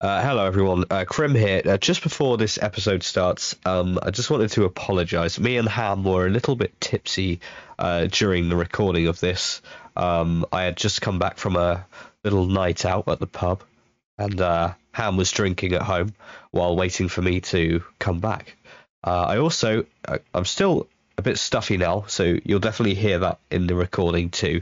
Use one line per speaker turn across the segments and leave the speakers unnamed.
Uh, hello, everyone. Uh, Krim here. Uh, just before this episode starts, um, I just wanted to apologise. Me and Ham were a little bit tipsy uh, during the recording of this. Um, I had just come back from a little night out at the pub, and uh, Ham was drinking at home while waiting for me to come back. Uh, I also, I, I'm still a bit stuffy now, so you'll definitely hear that in the recording too.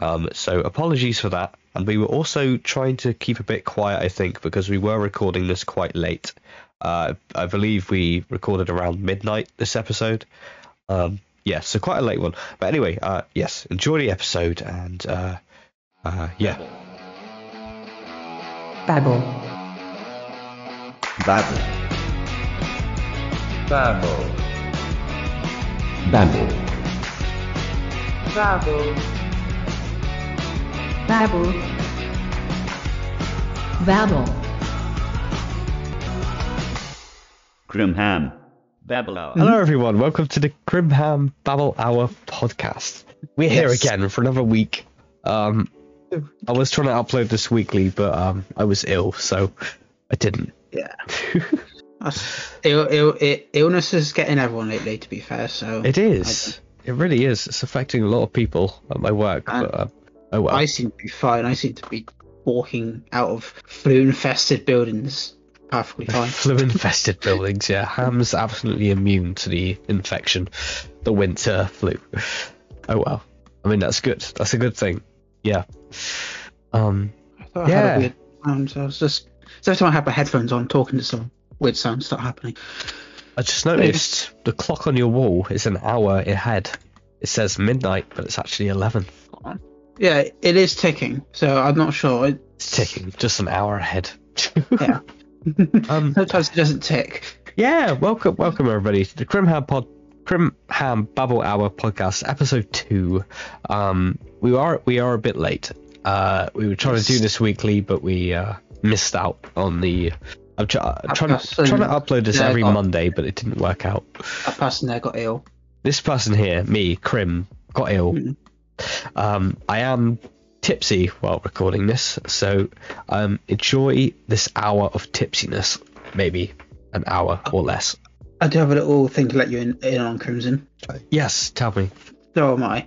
Um, so apologies for that. And we were also trying to keep a bit quiet, I think, because we were recording this quite late. Uh, I believe we recorded around midnight this episode. Um, yeah, so quite a late one. But anyway, uh, yes, enjoy the episode and uh, uh, yeah.
Babble.
Babble. Babble. Babble.
Babble. Babble. Babble.
Grimham. Babylon.
Hello, everyone. Welcome to the Grimham Babble Hour podcast. We're here
Yes.
again for another week. Um, I was trying to upload this weekly, but um, I was ill, so I didn't.
Yeah. That's, Ill, Ill, i illness is getting everyone lately, to be fair. So
It is. It really is. It's affecting a lot of people at my work.
And-
But, um, oh well.
I seem to be fine. I seem to be walking out of flu-infested buildings perfectly fine.
Flu infested buildings, yeah. Ham's absolutely immune to the infection, the winter flu. Oh well. I mean, that's good. That's a good thing. Yeah. Um.
I thought I had
Yeah.
a weird sound. So I was just. So every time I had my headphones on, talking to someone, weird sounds start happening.
I just noticed the clock on your wall is an hour ahead. It says midnight, but it's actually eleven.
Yeah, it is ticking. So I'm not sure. It,
It's ticking, just an hour ahead.
yeah.
um.
Sometimes it doesn't tick.
Yeah, welcome, welcome everybody to the Crimham Pod, Crimham Babble Hour podcast, episode two. Um, we are we are a bit late. Uh, we were trying to do this weekly, but we uh, missed out on the. I'm tr- uh, trying to
Upload.
trying to upload this
Yeah,
every
oh.
Monday, but it didn't work out.
That person there got ill.
This person here, me, Crim, got ill.
Mhm.
Um, I am tipsy while recording this, so um, enjoy this hour of tipsiness, maybe an hour or less.
I do have a little thing to let you in, in on, Crimson.
Yes, tell me.
So am I.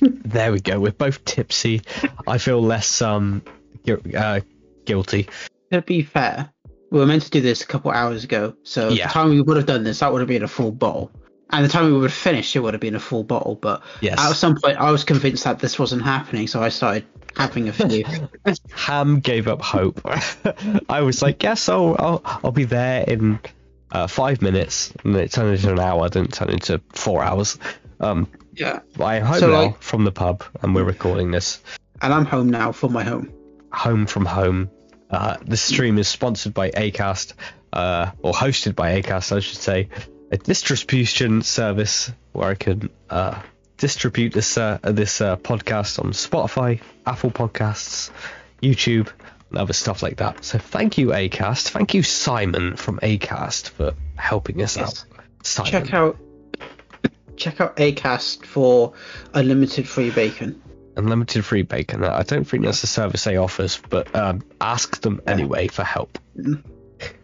There we go. We're both tipsy. I feel less um gu- uh, guilty.
to be fair, we were meant to do this a couple hours ago, so
Yeah.
the time we would have done this, that would have been a full bottle. And the time we would have finished, it would have been a full bottle. But
Yes.
at some point, I was convinced that this wasn't happening, so I started having a few.
Ham gave up hope. I was like, yes, I'll I'll, I'll be there in uh, five minutes, and it turned into an hour. Didn't turn into four hours. Um,
yeah.
but I'm home
So,
now
like-
from the pub, and we're recording this
And I'm home now from my home.
home from home. Uh, this stream is sponsored by Acast, uh, or hosted by Acast, I should say, a distribution service where I can uh, distribute this uh, this uh, podcast on Spotify, Apple Podcasts, YouTube, and other stuff like that. So thank you, Acast. Thank you, Simon from Acast, for helping us out.
Yes.
Simon.
Check out check out Acast for unlimited free bacon.
Unlimited free bacon. I don't think that's a service they offers, but um, ask them anyway for help.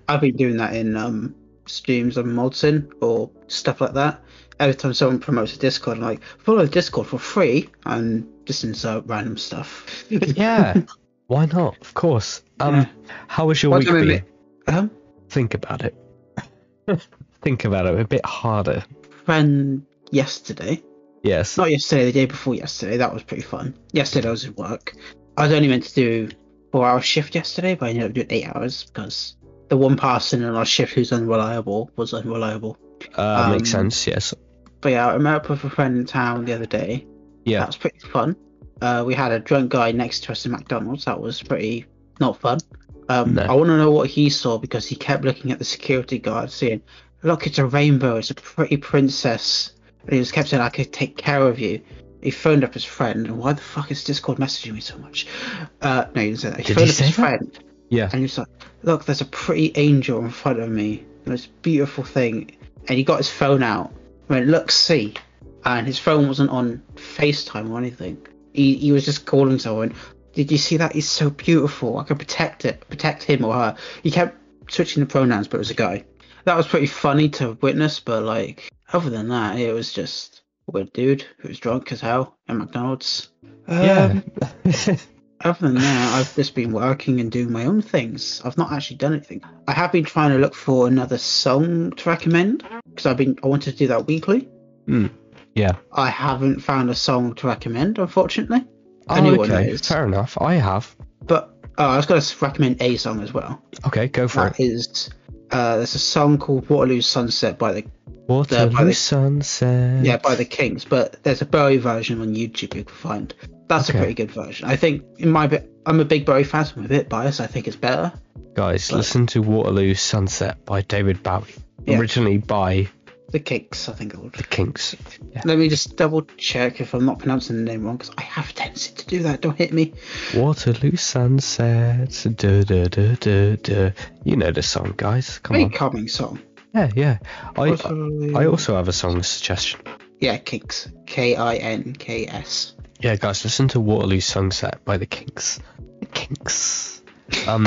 I've been doing that in um streams on Modsin or stuff like that. Every time someone promotes a Discord, I'm like, follow Discord for free and just insert random stuff.
Yeah. Why not? Of course. Um,
Yeah.
how was your
What
week
do we
been?
um,
Think about it. Think about it a bit harder.
friend yesterday,
Yes.
not yesterday, the day before yesterday, that was pretty fun. Yesterday I was at work. I was only meant to do four hour shift yesterday, but I ended up doing eight hours because the one person in our shift who's unreliable was unreliable.
Uh, makes
um,
sense. Yes.
But yeah, I met up with a friend in town the other day.
Yeah.
That was pretty fun. Uh, we had a drunk guy next to us in McDonald's. That was pretty not fun. Um,
No.
I want to know what he saw because he kept looking at the security guard, saying, "Look, it's a rainbow. It's a pretty princess." And he just kept saying, "I could take care of you." He phoned up his friend, and why the fuck is Discord messaging me so much? Uh, no, he didn't say that. He
Did he
phoned up
say
his
that?
friend,
Yeah.
and he was like, "Look, there's a pretty angel in front of me. The most beautiful thing." And he got his phone out. Went, "Look, see." And his phone wasn't on FaceTime or anything. He he was just calling someone. Did you see that? He's so beautiful. I can protect it, protect him or her. He kept switching the pronouns, but it was a guy. That was pretty funny to witness, but like, other than that, it was just a weird dude who was drunk as hell at McDonald's. Um,
yeah.
Other than that, I've just been working and doing my own things. I've not actually done anything. I have been trying to look for another song to recommend because I've been I wanted to do that weekly.
Hmm. Yeah.
I haven't found a song to recommend, unfortunately.
Oh,
Anyone
okay.
knows.
Fair enough. I have.
But oh, I was going to recommend a song as well.
Okay, go for
That
it.
is, uh, there's a song called Waterloo Sunset by the
Waterloo
Uh, by the-
sunset.
yeah by the Kings, but there's a Bowie version on YouTube you can find. That's
Okay.
a pretty good version. I think in my bit, I'm a big Bowie fan, so I'm a bit biased. I think it's better.
Guys, listen to Waterloo Sunset by David Bowie,
Yeah.
originally by
The Kinks, I think. It would.
the Kinks. Yeah.
Let me just double check if I'm not pronouncing the name wrong, because I have a tendency to do that. Don't hit me.
Waterloo Sunset. Duh, duh, duh, duh, duh. You know the song, guys. Come
Very
on.
calming song.
Yeah, yeah. I,
Waterloo-
I also have a song suggestion.
Yeah, Kinks. K I N K S.
Yeah, guys, listen to Waterloo Sunset by the Kinks. The Kinks. Um,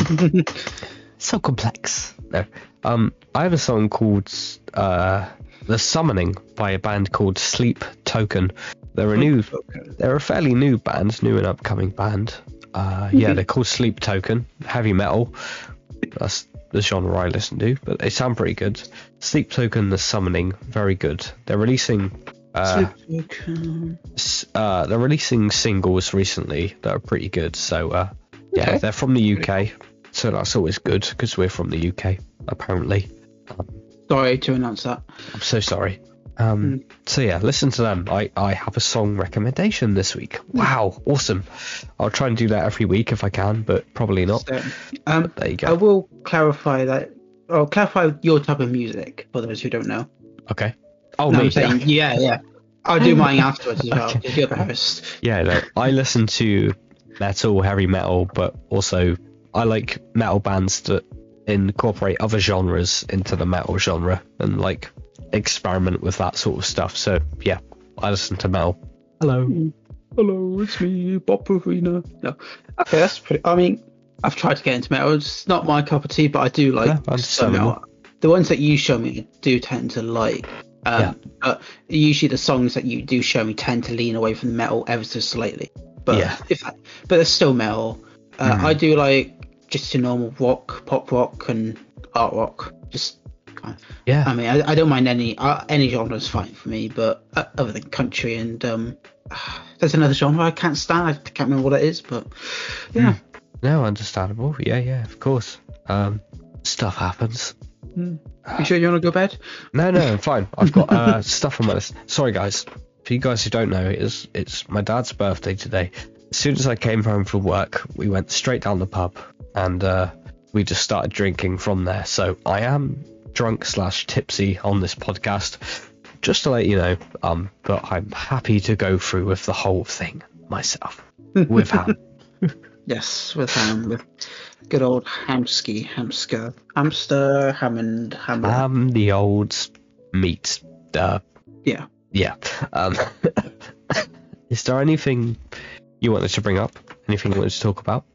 so complex. No. Um, I have a song called uh, "The Summoning" by a band called Sleep Token. They're a new, they're a fairly new band, new and upcoming band. Uh, yeah, they're called Sleep Token, heavy metal. That's the genre I listen to, but they sound pretty good. Sleep Token, The Summoning, very good. They're releasing. Uh,
Ah.
s- uh, they're releasing singles recently that are pretty good. So uh, yeah,
Okay.
they're from the UK, so that's always good because we're from the UK apparently.
Sorry to announce that.
I'm so sorry.
Hmm.
Um, So yeah, listen to them. I, I have a song recommendation this week.
Hmm.
Wow, awesome! I'll try and do that every week if I can, but probably not.
So, um,
There you
I
go.
will clarify that. I'll clarify your type of music for those who don't know.
Okay. Oh,
No,
me.
I'm saying, yeah, yeah. I'll do mine afterwards as well,
Okay.
because you're the host.
Yeah, no, I listen to metal, heavy metal, but also I like metal bands that incorporate other genres into the metal genre and like experiment with that sort of stuff. So yeah, I listen to metal. Hello.
Hello, it's me, Bob Provina. No. Okay, that's pretty. I mean, I've tried to get into metal. It's not my cup of tea, but I do
Yeah,
like some
understandable.
metal. The ones that you show me, I do tend to like. Um,
Yeah.
But usually the songs that you do show me tend to lean away from the metal ever so slightly. But
Yeah. Mm-hmm.
if but they're still metal. Uh, I do like just your normal rock, pop rock, and art rock. Just kind of
Yeah.
I mean, I, I don't mind any uh, any genre is fine for me, but uh, other than country and um, there's another genre I can't stand. I can't remember what it is, but yeah,
no, understandable. Yeah, yeah, of course. Um, stuff happens.
you sure you want to go to bed?
No, no, I'm fine. I've got uh, stuff on my list. Sorry, guys. For you guys who don't know, it's it's my dad's birthday today. As soon as I came home from work, we went straight down the pub and uh, we just started drinking from there. So I am drunk slash tipsy on this podcast, just to let you know. Um, but I'm happy to go through with the whole thing myself with Ham.
Yes, with um, with good old Hamsky, Hamsker, Hamster, Hammond, Hammond.
Ham the old meat. Uh,
yeah,
yeah. Um, is there anything you wanted to bring up? Anything you wanted to talk about?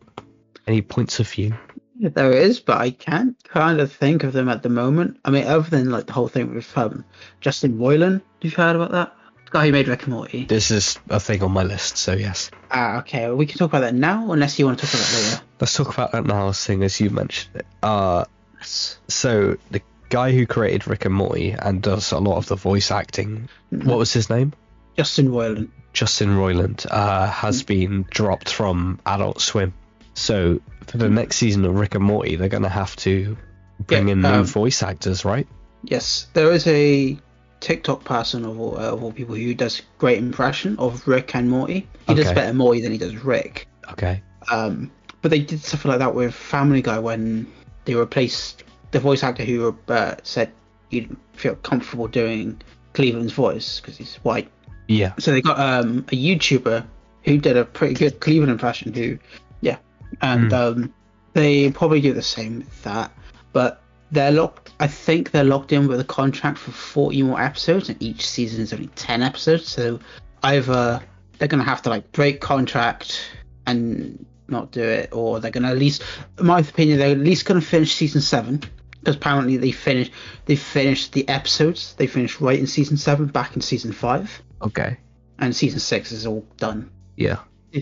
Any points of view?
there is, but I can't kind of think of them at the moment. I mean, other than like the whole thing with um, Justin Roiland. You've heard about that? The guy who made Rick and Morty.
This is a thing on my list, so yes.
Ah, okay. We can talk about that now, unless you want to talk about it later.
Let's talk about that now, seeing as you mentioned it. Uh, so the guy who created Rick and Morty and does a lot of the voice acting, what was his name?
Justin Roiland.
Justin Roiland uh, has been dropped from Adult Swim. So for the next season of Rick and Morty, they're going to have to bring
Yeah,
in new
um,
voice actors, right?
Yes, there is a TikTok person of all, uh, of all people who does great impression of Rick and Morty. He does
Okay.
better Morty than he does Rick.
Okay.
Um, but they did stuff like that with Family Guy when they replaced the voice actor who uh, said you'd feel comfortable doing Cleveland's voice because he's white.
Yeah.
So they got um, a YouTuber who did a pretty good Cleveland impression. Who, yeah, and um, they probably do the same with that. But they're locked. I think they're locked in with a contract for 40 more episodes, and each season is only 10 episodes. So either they're gonna have to like break contract and not do it, or they're gonna at least, in my opinion, they're at least gonna finish season seven because apparently they finished they finished the episodes. They finished writing season seven back in season five,
Okay.
and season six is all done.
Yeah.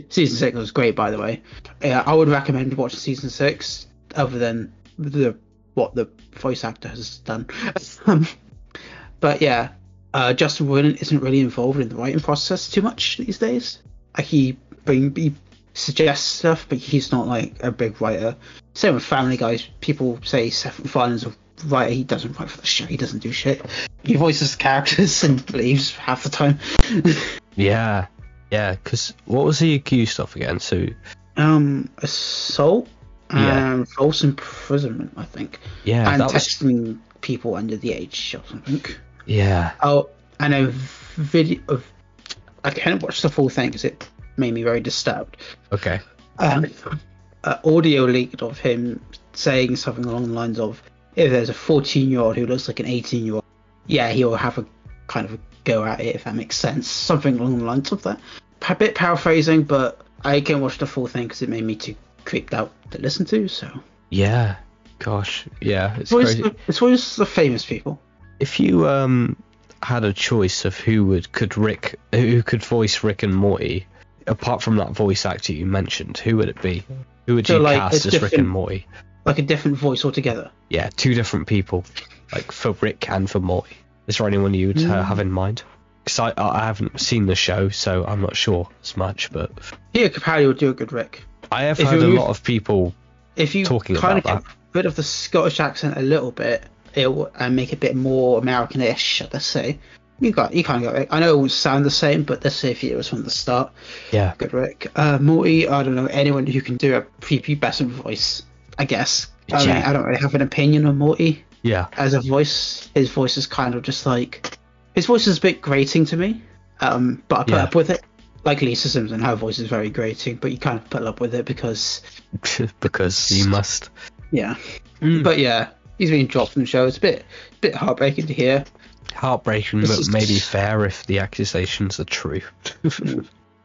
Season six was great, by the way. Uh, I would recommend watching season six, other than the what the voice actor has done. um, but yeah, uh, Justin Roiland isn't really involved in the writing process too much these days. Like he bring he suggests stuff, but he's not like a big writer. Same with Family Guys. People say Seth Rogen's a writer. He doesn't write for the show. He doesn't do shit. He voices characters and leaves half the time.
Yeah. Yeah. Because what was he accused of again? So
Um, assault
Yeah.
and false imprisonment, I think,
yeah,
and
that was Mm.
testing people under the age or something.
yeah.
Oh, and a video of I can't watch the full thing because it made me very disturbed.
Okay.
Um, uh, audio leaked of him saying something along the lines of, "If there's a 14-year-old who looks like an 18-year-old, yeah, he'll have a kind of a go at it if that makes sense." Something along the lines of that. A bit paraphrasing, but I can watch the full thing because it made me too creeped out to listen to. So,
Yeah. Gosh. Yeah. It's
it's always,
crazy.
the, it's always the famous people.
If you um had a choice of who would could Rick who could voice Rick and Morty, apart from that voice actor you mentioned, who would it be? Who would
So,
you
like,
cast
a
as Rick and
different-
Morty?
like a different voice altogether.
Yeah, two different people, like for Rick and for Morty. Is there anyone you'd
Mm.
uh, have in mind? Because I, I haven't seen the show, so I'm not sure as much. But
Peter Capaldi would do a good Rick.
I have
If
heard
you
a
move-
lot of people.
If you
Talking
kind of
about
get rid of the Scottish accent a little bit, it will and make it a bit more American-ish, let's say. You got you kind of got Rick. I know it won't sound the same, but let's say if it was from the start,
Yeah,
good Rick. Uh, Morty, I don't know anyone who can do a prepubescent voice. I guess. I mean,
Yeah.
I don't really have an opinion on Morty
yeah,
as a voice. His voice is kind of just like his voice is a bit grating to me, um, but I put
Yeah.
up with it. Like Lisa Simpson, her voice is very grating, but you kind of put up with it because
because you must.
yeah.
Mm.
But yeah, he's been dropped from the show. It's a bit, bit heartbreaking to hear.
Heartbreaking,
This
but
is-
maybe fair if the accusations are true.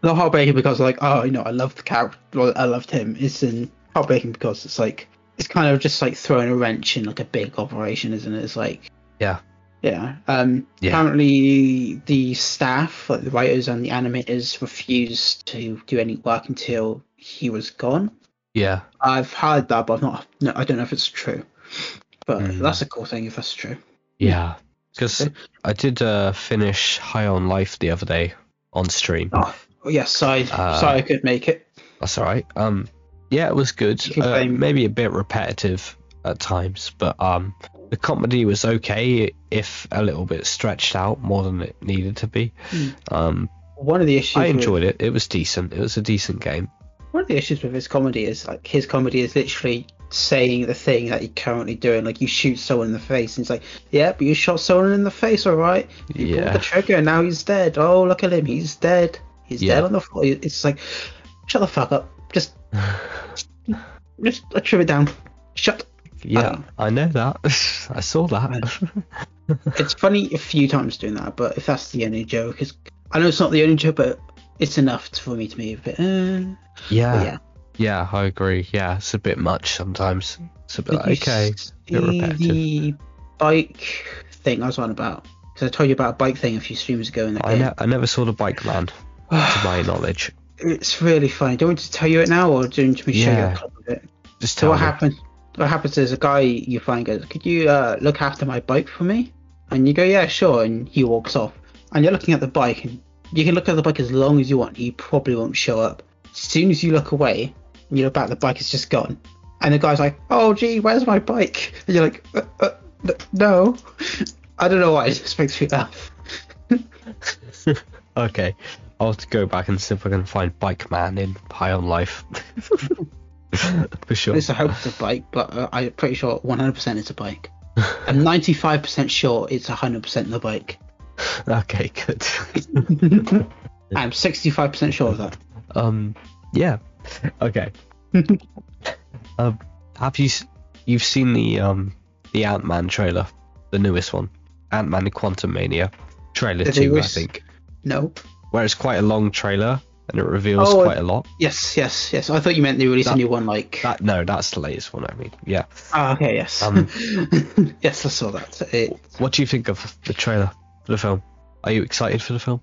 Not heartbreaking because like oh you know I love the character, well, I loved him. It's in heartbreaking because it's like it's kind of just like throwing a wrench in like a big operation, isn't it? It's like
Yeah.
yeah. Um,
Yeah.
apparently the staff, like the writers and the animators, refused to do any work until he was gone.
yeah,
I've heard that, but I've not. No, I don't know if it's true. But
Mm.
that's a cool thing if that's true.
yeah. Because I did uh, finish High on Life the other day on stream.
Oh, yes, sorry,
Uh,
sorry, I could make it.
That's alright. Um, yeah, it was good.
You can
Uh,
blame-
maybe a bit repetitive at times, but um, the comedy was okay, if a little bit stretched out more than it needed to be. Um,
One of the issues.
I
with-
enjoyed it. It was decent. It was a decent game.
one of the issues with his comedy is like his comedy is literally saying the thing that you're currently doing like you shoot someone in the face and it's like yeah but you shot someone in the face all right you pulled
Yeah.
the trigger and now he's dead oh look at him he's dead he's
Yeah.
dead on the floor it's like shut the fuck up just just trim it down shut
Yeah,
Um,
I know that. I saw that.
it's funny a few times doing that but if that's the only joke it's i know it's not the only joke but it's enough for me to be a bit uh,
yeah,
but
yeah,
yeah
I agree. Yeah, it's a bit much sometimes. It's a bit
Did you
like, okay.
see
bit repetitive.
the bike thing I was on about? Because I told you about a bike thing a few streams ago in the
I,
game.
ne- I never saw the bike man, to my knowledge.
It's really funny. Do you want me to tell you it now, or do you want me to show you
Yeah,
a clip of it?
Just
So
tell
what
me.
happened? What happens is a guy you find goes, "Could you uh, look after my bike for me?" And you go, "Yeah, sure." And he walks off. And you're looking at the bike, and you can look at the bike as long as you want. He probably won't show up. As soon as you look away, and you look back, the bike is just gone. And the guy's like, "Oh, gee, where's my bike?" And you're like, uh, uh, n- "No, I don't know why." It just makes me laugh.
Okay. I'll have to go back and see if I can find Bike Man in High on Life. For
At
sure.
least I hope it's a bike, but uh, I'm pretty sure 100% it's a bike. I'm 95% sure it's 100% the bike.
Okay, good.
I'm 65% sure of that.
Um, yeah. Okay. um, have you s- you've seen the um the Ant Man trailer, the newest one, Ant Man Quantum Mania trailer
Did they
two, I
res-
think,
No.
where it's quite a long trailer and it reveals
Oh,
quite a lot.
Yes, yes, yes. I thought you meant they released a
That-
new one like.
That no, that's the latest one. I mean, yeah.
Ah, okay, yes.
Um,
yes, I saw that. It,
What do you think of the trailer for the film? Are you excited for the film?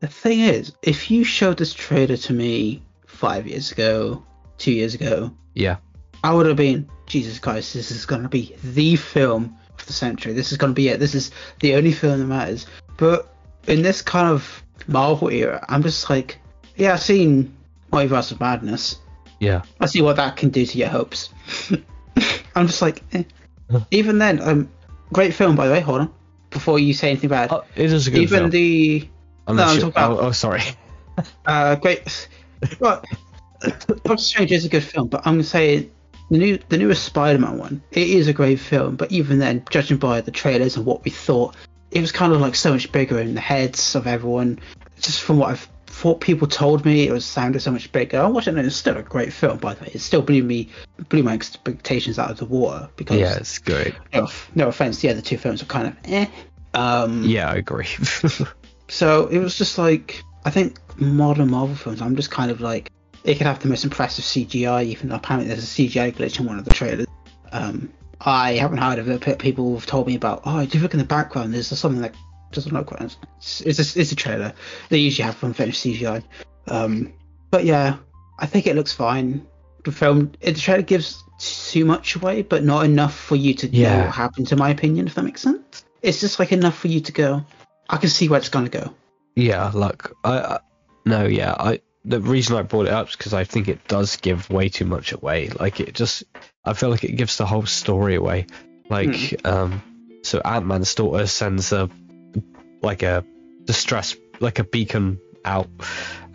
the thing is, if you showed this trailer to me five years ago, two years ago,
Yeah.
I would have been, Jesus Christ, this is going to be the film of the century. This is going to be it. This is the only film that matters. But in this kind of Marvel era, I'm just like, yeah, I've seen Multiverse of Madness.
Yeah.
I see what that can do to your hopes. I'm just like, eh. even then, um, great film by the way. Hold on, before you say anything bad,
Oh, it is a good
even
film.
the
Unless
no, I'm
you-
talking
oh, oh, sorry.
uh, great. Well, Doctor Strange is a good film, but I'm gonna say the new, the newest Spider-Man one. It is a great film, but even then, judging by the trailers and what we thought, it was kind of like so much bigger in the heads of everyone. Just from what I've thought, people told me it was sounded so much bigger. I watched it, and it's still a great film. By the way, it still blew me, blew my expectations out of the water because
Yeah, it's good.
no, off- no offense, the other two films were kind of eh. Um,
Yeah, I agree.
so it was just like I think modern Marvel films. I'm just kind of like they could have the most impressive CGI, even though apparently there's a CGI glitch in one of the trailers. Um, I haven't heard of it, but people have told me about. Oh, if you look in the background, there's something that doesn't look right. It's it's a, it's a trailer. They usually have unfinished CGI. Um, but yeah, I think it looks fine. The film, it, the trailer gives too much away, but not enough for you to know
Yeah.
what happened. In my opinion, if that makes sense, it's just like enough for you to go. I can see where it's gonna go.
yeah, look, I, I no, yeah, I the reason I brought it up is because I think it does give way too much away. Like it just, I feel like it gives the whole story away. Like,
Hmm.
um, so Ant Man's daughter sends a like a distress, like a beacon out,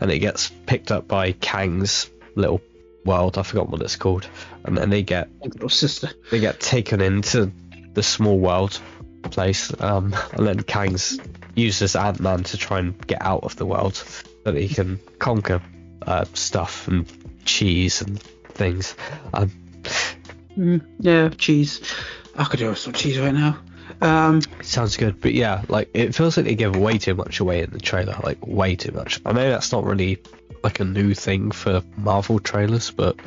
and it gets picked up by Kang's little world. I forgot what it's called, and then they get
Like little sister.
they get taken into the small world place, um, and then Kang's uses Ant Man to try and get out of the world so that he can conquer uh, stuff and cheese and things. Um,
Mm, yeah, cheese. I could do with some cheese right now. Um,
sounds good, but yeah, like it feels like they give way too much away in the trailer, like way too much. I know that's not really like a new thing for Marvel trailers, but.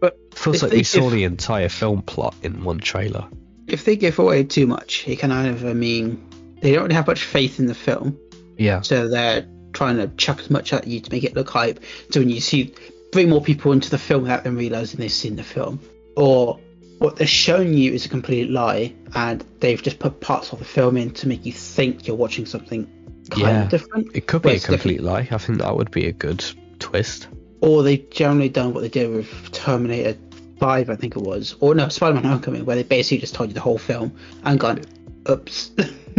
But
it feels
if
like
they
we saw
give-
the entire film plot in one trailer.
if they give away too much, it can either mean they don't really have much faith in the film,
Yeah.
so they're trying to chuck as much at you to make it look hype. So when you see bring more people into the film without them realizing they've seen the film, or what they're showing you is a complete lie, and they've just put parts of the film in to make you think you're watching something kind
Yeah.
of different.
It could be
Well,
a
it's different.
complete lie. I think that would be a good twist.
or they've generally done what they did with Terminator 5, I think it was, or no, Spider Man Homecoming, where they basically just told you the whole film and gone, oops.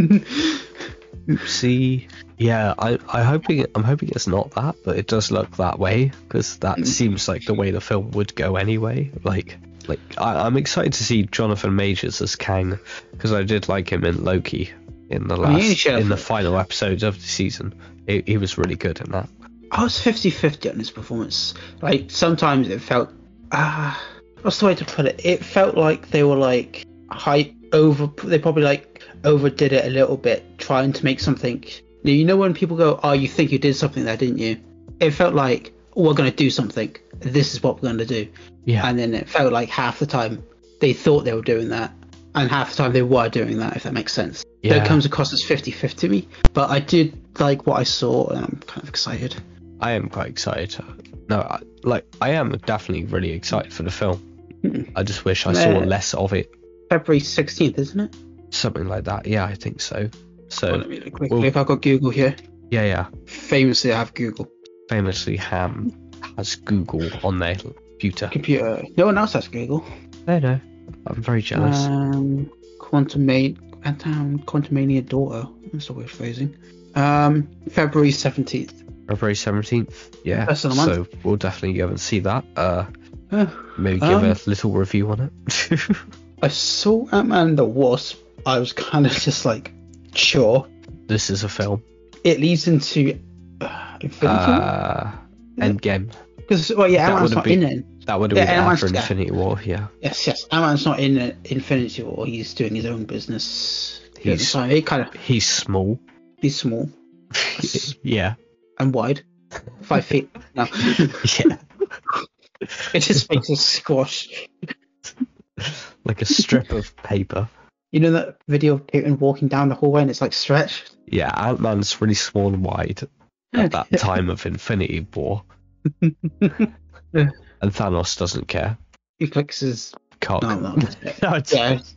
See, yeah, I, I hoping I'm hoping it's not that, but it does look that way because that
Mm.
seems like the way the film would go anyway. Like, like I, I'm excited to see Jonathan Majors as Kang because I did like him in Loki in the
mean, he
last
showed-
in the final episode of the season. He, he was really good in that.
I was 50 50 on his performance. Like, sometimes it felt, ah, what's the way to put it? It felt like they were like hype over, they probably like overdid it a little bit, trying to make something. You know, when people go, oh, you think you did something there, didn't you? It felt like, oh, we're going to do something. This is what we're going to do.
Yeah,
and then it felt like half the time they thought they were doing that and half the time they were doing that if that makes sense yeah.
yeah.
that comes across as 50-50 to me but i did like what i saw and i'm kind of excited
I am quite excited. No, I, like I am definitely really excited for the
Hmm.
film. I just wish I saw
Yeah.
less of it,
february 16th isn't it
something like that. Yeah, I think so.
Well,
So
let me look quickly
Uh, well-
if i've got google here
yeah, yeah.
famously i have google
famously Ham has Google on their computer.
computer no one else has google
No, no, I'm very jealous.
um quantum quantum quantumania daughter that's a weird phrasing um february 17th
February 17th, yeah.
First of the
So we'll definitely go and see that. Uh,
Oh.
maybe give
Um,
a little review on it.
I saw Ant Man and the Wasp. I was kind of just like, sure.
this is a film.
It leads into uh, Infinity
Uh, Endgame.
because well, yeah,
that
Ant Man's
would've
not
been-
in it.
That would have
Yeah,
been
and
after
Manchester.
Infinity War. Yeah,
Yes, yes, Ant Man's not in uh, Infinity War. He's doing his own business.
He's-
so he kind of
he's small.
he's small
yeah,
and wide. five feet. No.
Yeah,
it just makes a squash.
like a strip of paper.
You know that video of Putin walking down the hallway and it's like stretched?
Yeah, Ant Man's really small and wide at that time of Infinity War. And Thanos doesn't care.
He clicks his.
Cock.
No, no. that's it.
No, it's-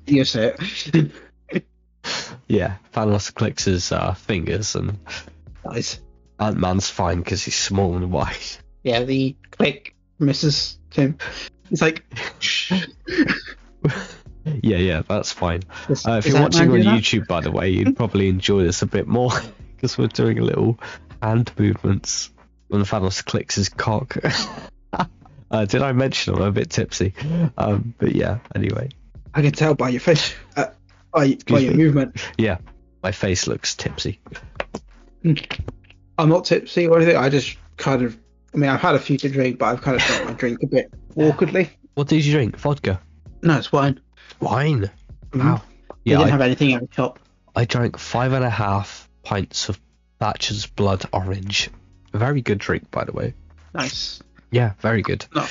Yeah, you say it.
yeah, Thanos clicks his uh, fingers, and
Nice.
Ant Man's fine because he's small and wide.
Yeah, the click misses Tim. It's like.
yeah, yeah, that's fine.
Does-
Uh, if
does
you're
that
watching on
man do that?
YouTube, by the way, you'd probably enjoy this a bit more because we're doing little hand movements when Thanos clicks his cock. uh, did I mention I'm a bit tipsy? Um, but yeah, anyway,
I can tell by your face, uh, by, by
Excuse
your
me.
movement.
my face looks tipsy.
I'm not tipsy or anything. I just kind of, I mean, I've had a few to drink, but I've kind of drunk my drink a bit awkwardly.
What did you drink? Vodka?
No, it's wine.
Wine?
Mhm.
Wow.
They
Yeah,
didn't
I,
have anything at the shop.
I drank five and a half pints of Thatcher's Blood Orange. A very good drink, by the way.
Nice.
Yeah, very good.
I'm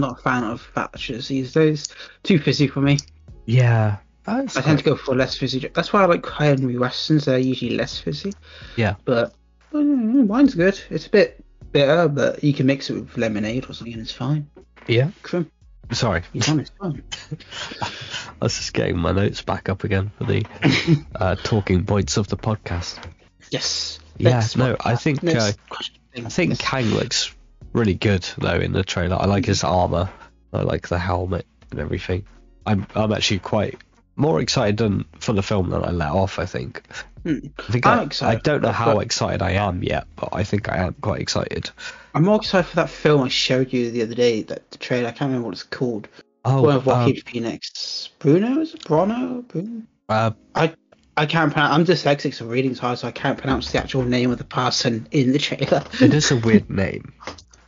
not a fan of Thatchers these days. Too fizzy for me.
Yeah. That's
I tend to go for less fizzy. dr- That's why I like Henry Weston's. They're usually less fizzy.
Yeah.
But mm, wine's good. It's a bit bitter, but you can mix it with lemonade or something, and it's fine.
Yeah.
Crim,
Sorry.
you can. It's fine.
I was just getting my notes back up again for the uh, talking points of the podcast.
Yes.
Yeah,
Next
no,
one.
I think,
Next
uh,
question.
I think Kang looks really good though in the trailer. I like his armor. I like the helmet and everything. I'm I'm actually quite more excited than, for the film than I let off. I think.
Hmm.
I think
I'm
I,
excited,
I don't know
but-
how excited I am yet, but I think I am quite excited.
I'm more excited for that film I showed you the other day. That the trailer. I can't remember what it's called.
Oh,
One of
um,
Joaquin Phoenix. Bruno is it Bruno? Bruno?
uh,
I can't pronounce. I'm dyslexic, so reading's hard, so I can't pronounce the actual name of the person in the trailer.
it is a weird name.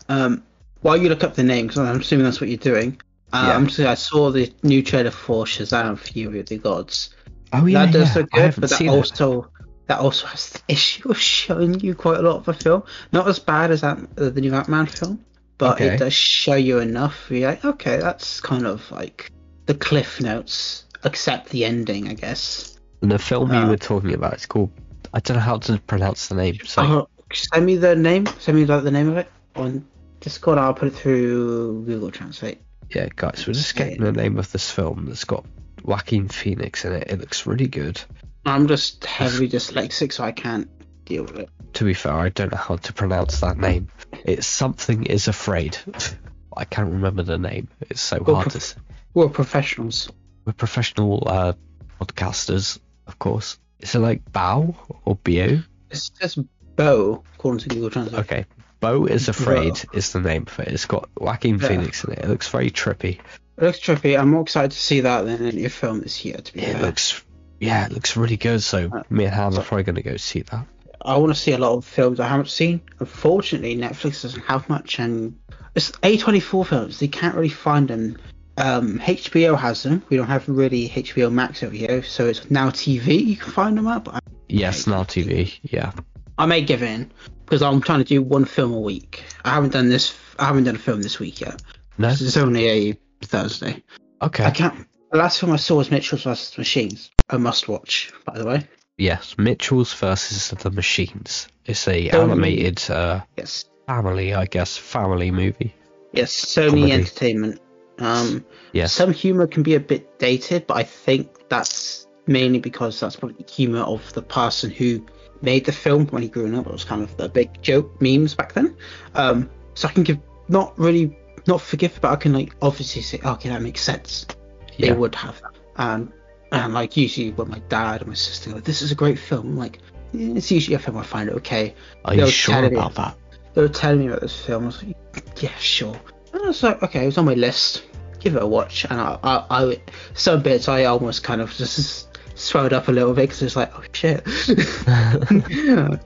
Um, while you look up the name, 'cause I'm assuming that's what you're doing.
Yeah.
Um, so I saw the new trailer for Shazam: Fury of the Gods.
Oh yeah,
that does
yeah,
look
I
good,
haven't
but that
seen it.
also that also has the issue of showing you quite a lot of the film. Not as bad as Ant- uh, the new Ant-Man film, but
Okay.
it does show you enough. You're like, okay, that's kind of like the cliff notes, except the ending, I guess.
And the film you
Uh,
were talking about, it's called. I don't know how to pronounce the name. So
Oh, send me the name. Send me like the name of it on Discord. I'll put it through Google Translate.
yeah, guys, we're just getting the name of this film that's got Joaquin Phoenix in it. It looks really good.
I'm just heavily dyslexic, so I can't deal with it.
To be fair, I don't know how to pronounce that name. It's something is afraid. I can't remember the name. It's so
Well,
hard
prof-
to. Say.
We're professionals.
We're professional uh, podcasters, of course. Is it like Bow or Bio?
It's just Bo, according to Google Translate.
Okay, Bo is afraid is the name for it. It's got Joaquin
Yeah.
Phoenix in it. It looks very trippy.
It looks trippy. I'm more excited to see that than any film this year, to be
It
fair.
looks, yeah, it looks really good. So
Uh,
me and Ham
so-
are probably gonna go see that.
I want to see a lot of films I haven't seen. Unfortunately, Netflix doesn't have much, and it's A24 films. They can't really find them. Um, HBO has them. We don't have really HBO Max over here, so it's now TV. You can find them up. I,
Yes, now TV. Yeah,
I may give in because I'm trying to do one film a week. I haven't done this. I haven't done a film this week yet.
no,
It's only a Thursday. I
okay.
can't. The last film I saw was Mitchell's vs. Machines. A must watch, by the way.
Yes, Mitchell's versus the Machines. It's a
Um,
animated uh,
Yes.
family, I guess, family movie.
Yes. Sony
Comedy.
Entertainment. Um,
Yes.
Some humor can be a bit dated, but I think that's mainly because that's probably the humor of the person who made the film when he grew up. It was kind of the big joke memes back then. Um, so I can give not really not forgive, but I can like obviously say, "Oh, okay, that makes sense.
Yeah.
They would have that. Um, and like usually when my dad and my sister go, this is a great film. I'm like "Yeah, it's usually a film I find it okay.
Are you
they'll
sure
tell me.
about that?
They were telling me about this film. I was like, yeah, sure. And I was like, okay, it was on my list. Give it a watch. And I, I, I some bits I almost kind of just swelled up a little bit because it's like, oh shit.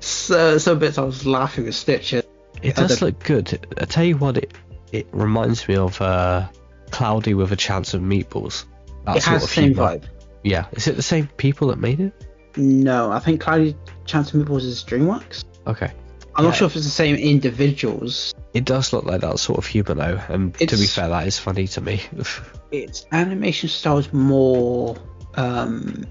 so some bits I was laughing with stitches.
It
I
does
don't-
look good. I tell you what, it it reminds me of uh, Cloudy with a Chance of Meatballs. That
it has the same
humour.
vibe.
Yeah, is it the same people that made it?
No, I think Cloudy Chance of Meatballs is DreamWorks.
Okay.
I'm not sure if it's the same individuals.
It does look like that sort of human though, and to be
It's-
fair, that is funny to me.
Its animation style is more um,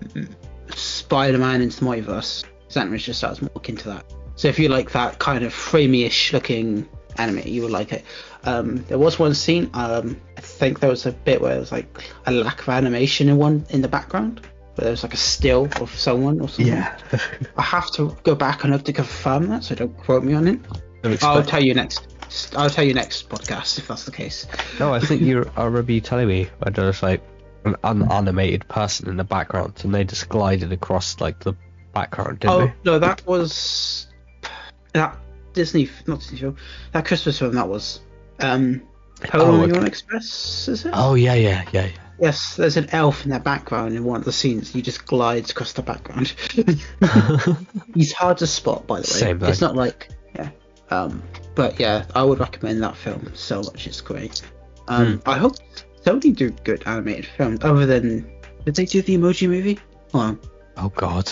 Spider-Man into the multiverse. Its animation style is more akin to that. So if you like that kind of framey-ish looking anime, you would like it. Um, there was one scene. Um, I think there was a bit where there was like a lack of animation in one in the background, but there was like a still of someone or something. I have to go back and look to confirm that, so don't quote me on it. I'll tell you next. I'll tell you next podcast if that's the case.
No, I think you I remember you telling me I don't know if like an unanimated person in the background and they just glided across like the background, didn't
Oh
they?
no, that was that Disney, not Disney film, that Christmas film. That was um, Polar
Oh,
oh,
okay.
Express, is it?
Oh yeah, yeah, yeah. yeah.
Yes, there's an elf in the background in one of the scenes. He just glides across the background. He's hard to spot, by the way.
Same
It's
thing.
not like yeah. Um, but yeah, I would recommend that film so much. It's great.
Hmm.
Um, I hope Sony do good animated films. Other than did they do the Emoji movie? Hold on.
Oh god,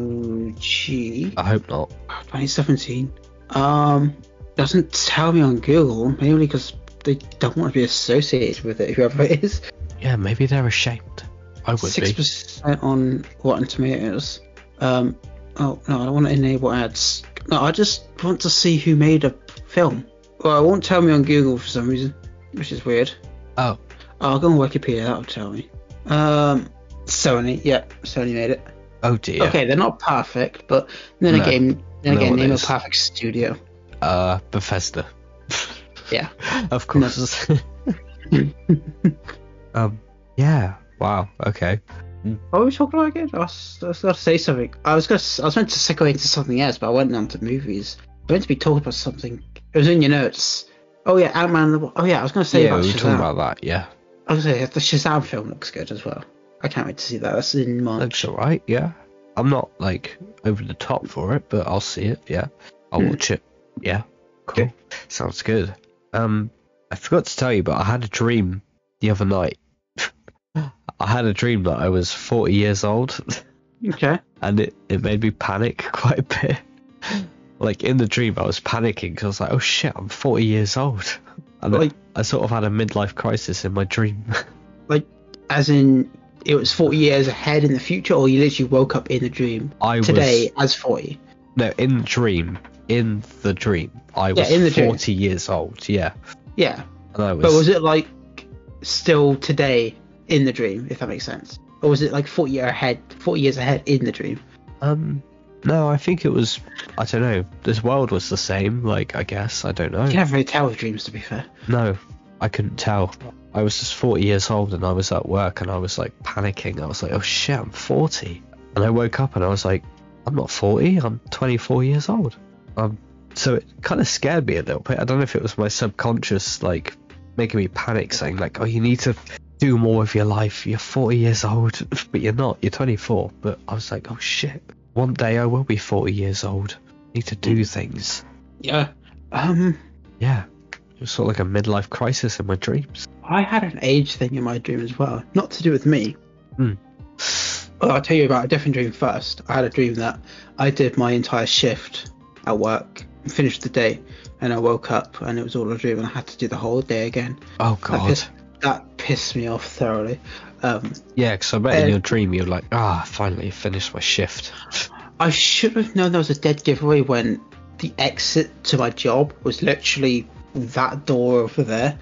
Emoji.
I hope not.
2017. Um, doesn't tell me on Google, mainly because they don't want to be associated with it, whoever it is.
Yeah, maybe they're ashamed. I would
Six
be.
percent on Rotten Tomatoes. Um, oh no, I don't want to enable ads. No, I just want to see who made a film. Well, it won't tell me on Google for some reason, which is weird.
Oh,
I'll go on Wikipedia. That'll tell me. Um, Sony. Yep, Sony made it.
oh dear.
Okay, they're not perfect, but then
No.
again, then
No
again,
one
name a
is.
perfect studio.
Uh, Bethesda.
Yeah.
Of course. um. Yeah. Wow. Okay.
What were we talking about again? I was, I was going to say something. I was going to, I was meant to segue into something else, but I went on to movies. I meant to be talking about something. It was in your notes. Oh yeah, Ant Man. and the- Oh yeah, I was going to say
yeah,
about
we were
Shazam.
talking about that. Yeah.
I was going to say the Shazam film looks good as well. I can't wait to see that. That's in March.
Looks alright. Yeah. I'm not like over the top for it, but I'll see it. Yeah. I'll
Hmm.
watch it. Yeah. Cool.
Okay.
Sounds good. Um, I forgot to tell you, but I had a dream the other night. I had a dream that I was 40 years old.
Okay.
and it, it made me panic quite a bit. Like in the dream, I was panicking because I was like, "Oh shit, I'm 40 years old," and
Like-
I, I sort of had a midlife crisis in my dream.
As in, it was 40 years ahead in the future, or you literally woke up in a dream
I
today
was
as 40.
no in the dream, in the dream, I was
in the dream.
40 years old. Yeah,
Yeah,
and I was.
but was it like still today in the dream, if that makes sense? Or was it like 40 year ahead, 40 years ahead in the dream?
um, no, I think it was. I don't know. This world was the same. Like I guess I don't know.
You can never really tell with dreams, to be fair.
No, I couldn't tell. I was just 40 years old and I was at work and I was like panicking. I was like, oh shit, I'm 40. And I woke up and I was like, I'm not 40, I'm 24 years old. Um, so it kind of scared me a little bit. I don't know if it was my subconscious like making me panic, saying like, oh, you need to do more with your life. You're 40 years old, but you're not. You're 24. But I was like, oh shit, one day I will be 40 years old. need to do things.
Yeah. Um,
Yeah, it was sort of like a midlife crisis in my dreams.
I had an age thing in my dream as well, not to do with me.
Hmm.
Well, I'll tell you about a different dream first. I had a dream that I did my entire shift at work, finished the day, and I woke up and it was all a dream, and I had to do the whole day again.
Oh
That
god.
pissed, that pissed me off thoroughly. Um,
Yeah, because I bet in
Uh,
your dream you're like, ah, finally finished my shift.
I should have known there was a dead giveaway when the exit to my job was literally that door over there.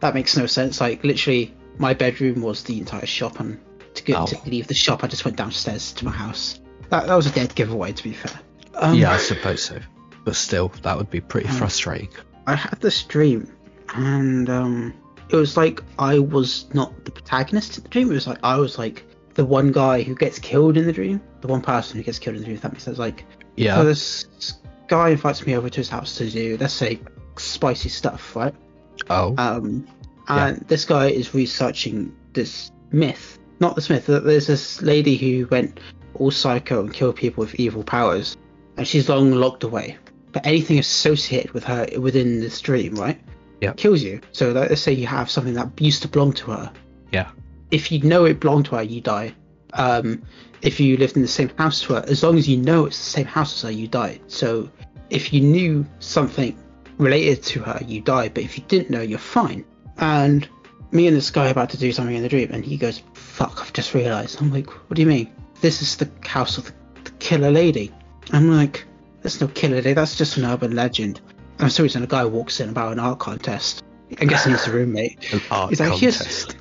That makes no sense. Like literally, my bedroom was the entire shop, and to get
Oh.
to leave the shop, I just went downstairs to my house. That that was a dead giveaway, to be fair. Um, Hmm.
yeah, I suppose so. But still, that would be pretty frustrating.
I had this dream, and um, it was like I was not the protagonist of the dream. It was like I was like the one guy who gets killed in the dream, the one person who gets killed in the dream. If that makes sense, like.
Yeah.
So this guy invites me over to his house to do, let's say, spicy stuff, right?
oh.
Um,
Yeah.
and this guy is researching this myth. Not this myth. that There's this lady who went all psycho and killed people with evil powers, and she's long locked away. But anything associated with her within this dream, right?
Yeah.
Kills you. So like, let's say you have something that used to belong to her.
Yeah.
If you know it belonged to her, you die. Um, if you lived in the same house to her, as long as you know it's the same house as her, you die. So if you knew something related to her, you die. But if you didn't know, you're fine. And me and this guy are about to do something in the dream, and he goes, "Fuck! I've just realised." I'm like, "What do you mean? This is the house of the, the killer lady." I'm like, "That's no killer lady. That's just an urban legend." And for some reason, a guy walks in about an art contest. I guess he's a roommate.
An art
He's like, "Here's-
contest.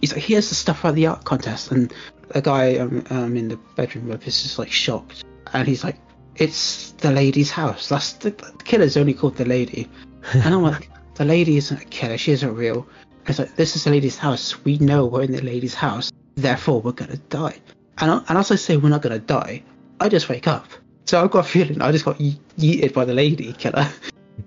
he's like, here's the stuff about the art contest, and the guy um, um in the bedroom with is just like shocked, and he's like, it's the lady's house. That's the, the killer's only called the lady, and I'm like, the lady isn't a killer. She isn't real. And it's like this is the lady's house. We know we're in the lady's house. Therefore, we're gonna die. And I, and as I say, we're not gonna die. I just wake up. So I've got a feeling I just got ye- yeeted by the lady killer.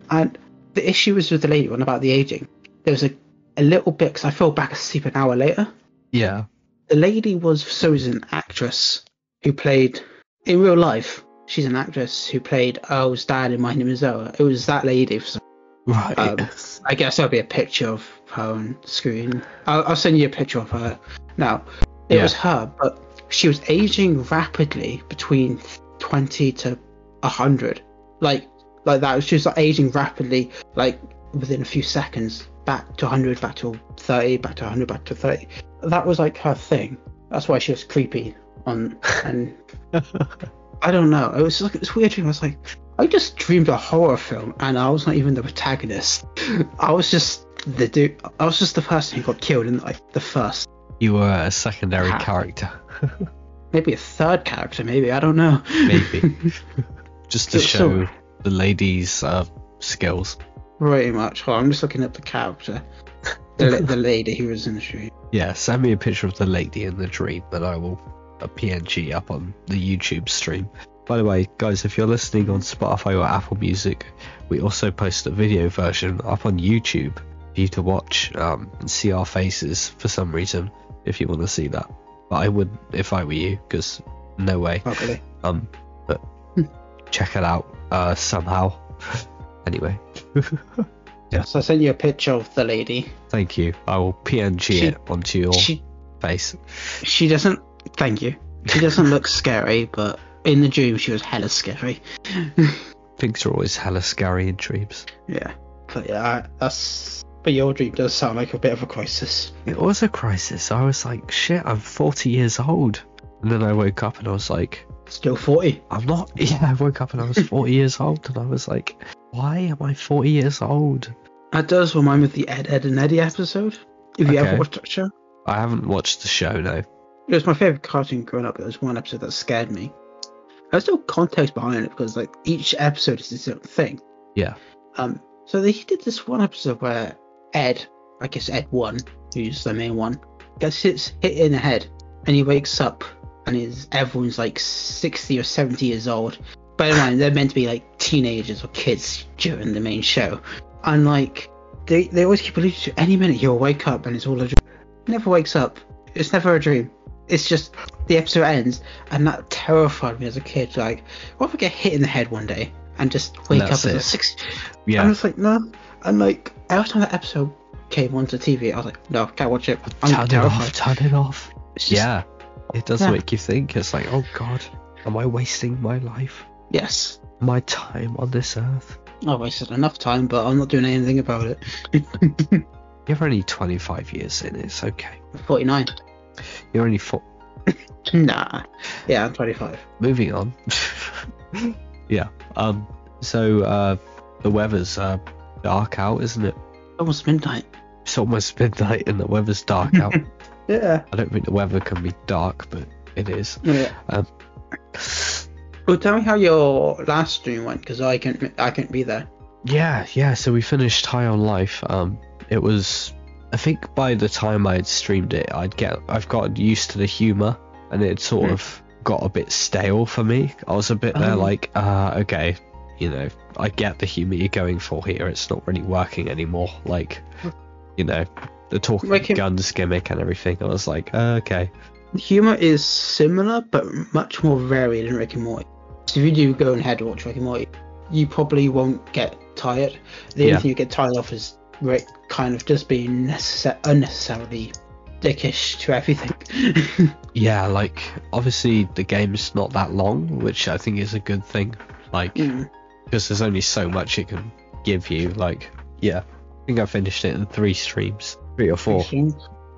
And the issue was with the lady one about the aging. There was a, a little bit because I fell back asleep an hour later
Yeah.
the lady was so is an actress who played in real life. She's an actress who played Earl's dad in My Name Is Earl. It was that lady. For some,
Right.
um, I guess there'll be a picture of her on screen. I'll, I'll send you a picture of her. Now, it
Yeah.
was her, but she was aging rapidly between 20 to 100. Like, like that. She was like, aging rapidly, like within a few seconds, back to 100, back to 30, back to 100, back to 30. That was like her thing. That's why she was creepy on and I don't know. It was like it was weird dream. I was like, I just dreamed a horror film, and I was not even the protagonist. I was just the dude. I was just the person who got killed in like the first,
you were a secondary
Ha-
character,
maybe a third character, maybe I don't know.
maybe, just to
So- so-
show the lady's uh, skills.
Pretty much. Hold on, I'm just looking up the character, the, la- the lady who was in the dream.
Yeah, send me a picture of the lady in the dream that I will a PNG up on the YouTube stream. By the way, guys, if you're listening on Spotify or Apple Music, we also post a video version up on YouTube for you to watch um, and see our faces for some reason if you want to see that. But I would if I were you, because no way.
Probably.
Um, but check it out uh, somehow. anyway,
Yes. So I sent you a picture of the lady.
thank you. I will PNG
She-
it onto your
She
face.
she doesn't. Thank you. She doesn't look scary, but in the dream she was hella scary.
Pigs are always hella scary in dreams.
Yeah. But yeah, I, that's. But your dream does sound like a bit of a crisis.
It was a crisis. I was like, shit, I'm 40 years old. And then I woke up and I was like,
Still 40.
I'm not. Yeah, I woke up and I was 40 years old. And I was like, why am I 40 years old?
That does remind me of the Ed, Ed and Eddie episode. If you ever
Okay.
watched that show,
I haven't watched the show, no.
it was my favorite cartoon growing up. It was one episode that scared me. There's no context behind it because like each episode is its own thing.
Yeah.
Um. So they did this one episode where Ed, I guess Ed one, who's the main one, gets hits hit in the head, and he wakes up, and is everyone's like 60 or 70 years old. Bear in mind, they're meant to be like teenagers or kids during the main show, and like they they always keep alluding to any minute he'll wake up and it's all a dream. Never wakes up. It's never a dream. It's just the episode ends, and that terrified me as a kid. Like, what if I get hit in the head one day and just wake
That's
up as
it.
a six? And
Yeah.
it's like no, and like every time that episode came onto TV, I was like, no, can't watch it. I'm
turn it off.
terrified.
Turn it off.
It's just-
Yeah. It does
Yeah.
make you think. It's like, oh God, am I wasting my life?
Yes.
My time on this earth?
I wasted enough time, but I'm not doing anything about it.
You're only 25 years in. It's okay.
49.
You're only four.
Nah. Yeah, I'm 25.
moving on. yeah. Um. So uh, the weather's uh, dark out, isn't it?
Almost midnight.
It's almost midnight and the weather's dark out.
Yeah.
I don't think the weather can be dark, but it is.
Yeah.
Um,
Well, tell me how your last stream went, because I can I can't be there.
Yeah, yeah. So we finished High on Life. Um, it was. I think by the time I had streamed it, I'd get. I've gotten used to the humor, and it sort
Hmm.
of got a bit stale for me. I was a bit there
Oh.
like, uh, okay, you know, I get the humor you're going for here. It's not really working anymore. Like, you know, the talking
Like it-
guns gimmick and everything. I was like, uh, okay,
The humor is similar, but much more varied in Rick and Morty. So if you do go and head watch Rick and Morty, you probably won't get tired. The
Yeah.
only thing you get tired of is Rick kind of just being necessar- unnecessarily dickish to everything.
yeah. Like, obviously the game's not that long, which I think is a good thing. Like.
Mm.
because there's only so much it can give you. Like, yeah, I think I finished it in three streams, three or four.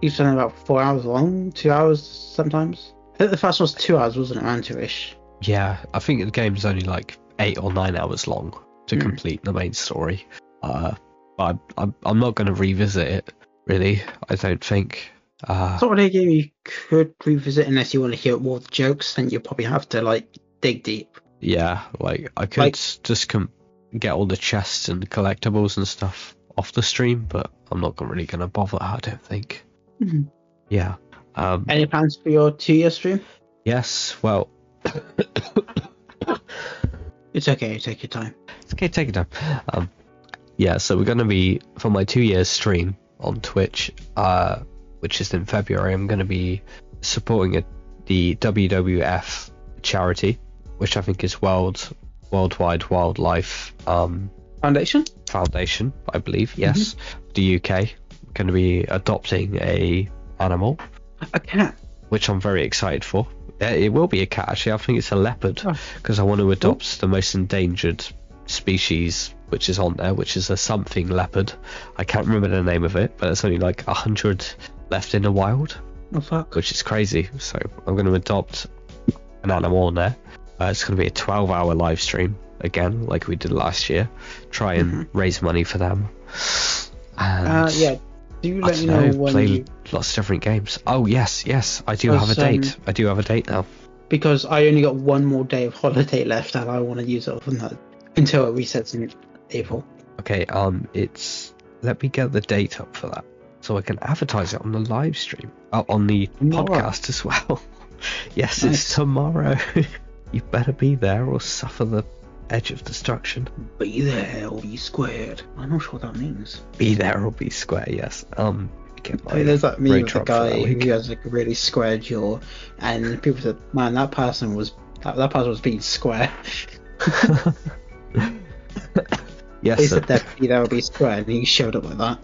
Each one about four hours long, two hours sometimes. I think the first one was two hours, wasn't it? Around two-ish.
Yeah, I think the game's only like eight or nine hours long to
Hmm.
complete the main story. Uh, but I, I'm, I'm not going to revisit it really. I don't think. Uh,
It's not really a game you could revisit unless you want to hear more of the jokes, then you'll probably have to like dig deep.
yeah, like I could
Like-
s- just com- get all the chests and collectibles and stuff off the stream, but I'm not really going to bother. I don't think. Hmm.
Mhm.
Yeah. Um,
Any plans for your two-year stream?
yes. Well,
It's okay. Take your time.
It's okay, take it down. Um, yeah, so we're gonna be for my two years stream on Twitch, uh, which is in February. I'm gonna be supporting a, the WWF charity, which I think is World Worldwide Wildlife um,
Foundation.
Foundation, I believe. Yes, the UK going to be adopting a animal,
A cat.
which I'm very excited for. Uh, It will be a cat actually. I think it's a leopard
Oh.
because I want to adopt the most endangered species which is on there, which is a something leopard. I can't remember the name of it, but it's only like a hundred left in the wild,
Oh fuck.
which is crazy. So I'm going to adopt an animal on there. Uh, it's going to be a 12-hour live stream again, like we did last year. Try and raise money for them. And
Mm-hmm. Uh, yeah. Do
I
let
don't
me know,
know,
when
play
you,
lots of different games. Oh yes, yes, I do have a
Because, um,
date. I do have a date now.
because I only got one more day of holiday left, and I want to use it up on that until it resets in April.
Okay, um, it's let me get the date up for that so I can advertise it on the live stream, uh, on the
Tomorrow.
podcast as well. yes,
Nice.
it's tomorrow. you better be there or suffer the edge of destruction.
Be there or be squared. I'm not sure what that means.
Be there or be square. Yes. Um, get
I mean, there's
my
that meme
road
of the
trip for that
guy
week.
who has like a really square jaw, and people said, "Man, that person was that, that person was being square."
Yes,
They
sir.
said that you know be square, and he showed up like that.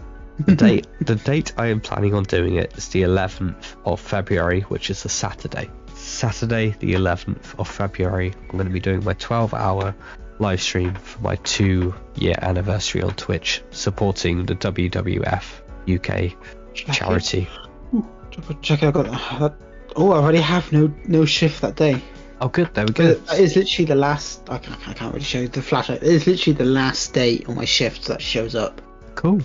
the date the date I am planning on doing it is the 11th of February, which is a Saturday. Saturday, the 11th of February, I'm going to be doing my 12-hour live stream for my two-year anniversary on Twitch, supporting the WWF UK charity.
Check- Check it out. got that. Oh, I already have no no shift that day.
Oh, good. There we go.
That is literally the last. I can't, I can't really show you the flash. It is literally the last day on my shift that shows up.
Cool.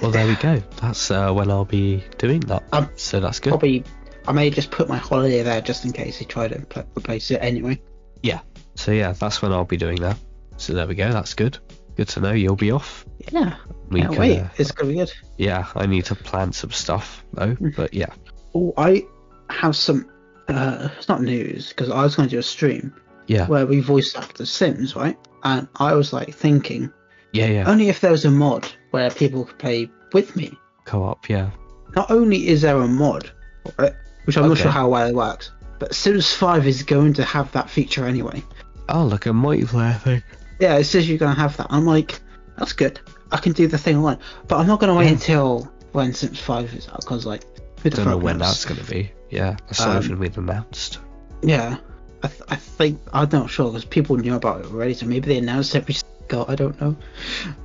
Well, there we go. That's uh, when I'll be doing that.
Um,
so that's good.
Probably, I may just put my holiday there just in case they try to pl- replace it anyway.
So yeah, that's when I'll be doing that. So there we go. That's good. Good to know. You'll be off.
Yeah.
We
Can't
can,
wait.
uh,
It's gonna be good.
Yeah, I need to plan some stuff though. But yeah,
Oh, I have some. Uh, it's not news because I was going to do a stream
yeah,
where we voiced acted The Sims, right? And I was like thinking,
yeah, yeah.
only if there was a mod where people could play with me.
Co-op, yeah.
Not only is there a mod, for it, which I'm not
Okay.
sure how well it works, but Sims 5 is going to have that feature anyway.
Oh, look, a multiplayer thing.
Yeah, it says you're going to have that. I'm like, that's good. I can do the thing online, but I'm not going to wait
Yeah.
until when Sims 5 is out because like, who the
Don't know
fuck
when that's
knows?
gonna be. Yeah, that's not
Um,
even been announced.
Yeah, I, th- I think I'm not sure because people knew about it already, so maybe they announced every single. I don't know.